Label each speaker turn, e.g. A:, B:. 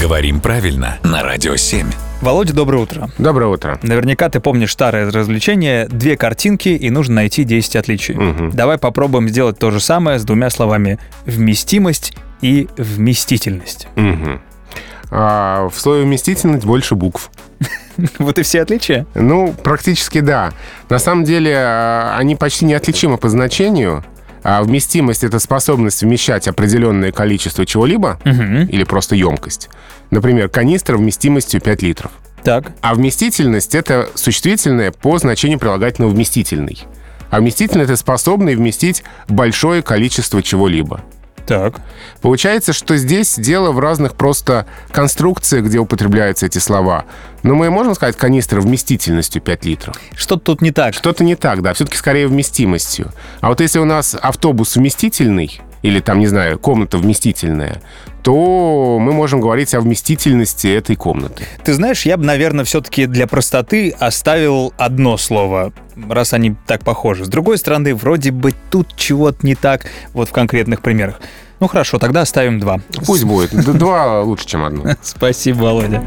A: Говорим правильно на Радио 7.
B: Володя, доброе утро.
C: Доброе утро.
B: Наверняка ты помнишь старое развлечение «Две картинки, и нужно найти 10 отличий». Давай попробуем сделать то же самое с двумя словами «вместимость» и «вместительность».
C: Мгм. А, в слове «вместительность» больше букв.
B: Вот и все отличия.
C: Ну, практически да. На самом деле а, они почти неотличимы по значению. А вместимость — это способность вмещать определенное количество чего-либо или просто емкость. Например, канистра вместимостью 5 литров.
B: Так,
C: А вместительность — это существительное по значению прилагательного «вместительный». А вместительный — это способный вместить большое количество чего-либо.
B: так.
C: Получается, что здесь дело в разных просто конструкциях, где употребляются эти слова. Но мы можем сказать канистра вместительностью 5 литров?
B: Что тут не так?
C: Что-то не так, да, все-таки скорее вместимостью. А вот если у нас автобус вместительный, или там, не знаю, комната вместительная, то мы можем говорить о вместительности этой комнаты.
B: Ты знаешь, я бы, наверное, все-таки для простоты оставил одно слово, раз они так похожи. С другой стороны, вроде бы тут чего-то не так, вот в конкретных примерах. Ну хорошо, тогда оставим два.
C: Пусть будет. Д- Два лучше, чем одно.
B: Спасибо, Володя.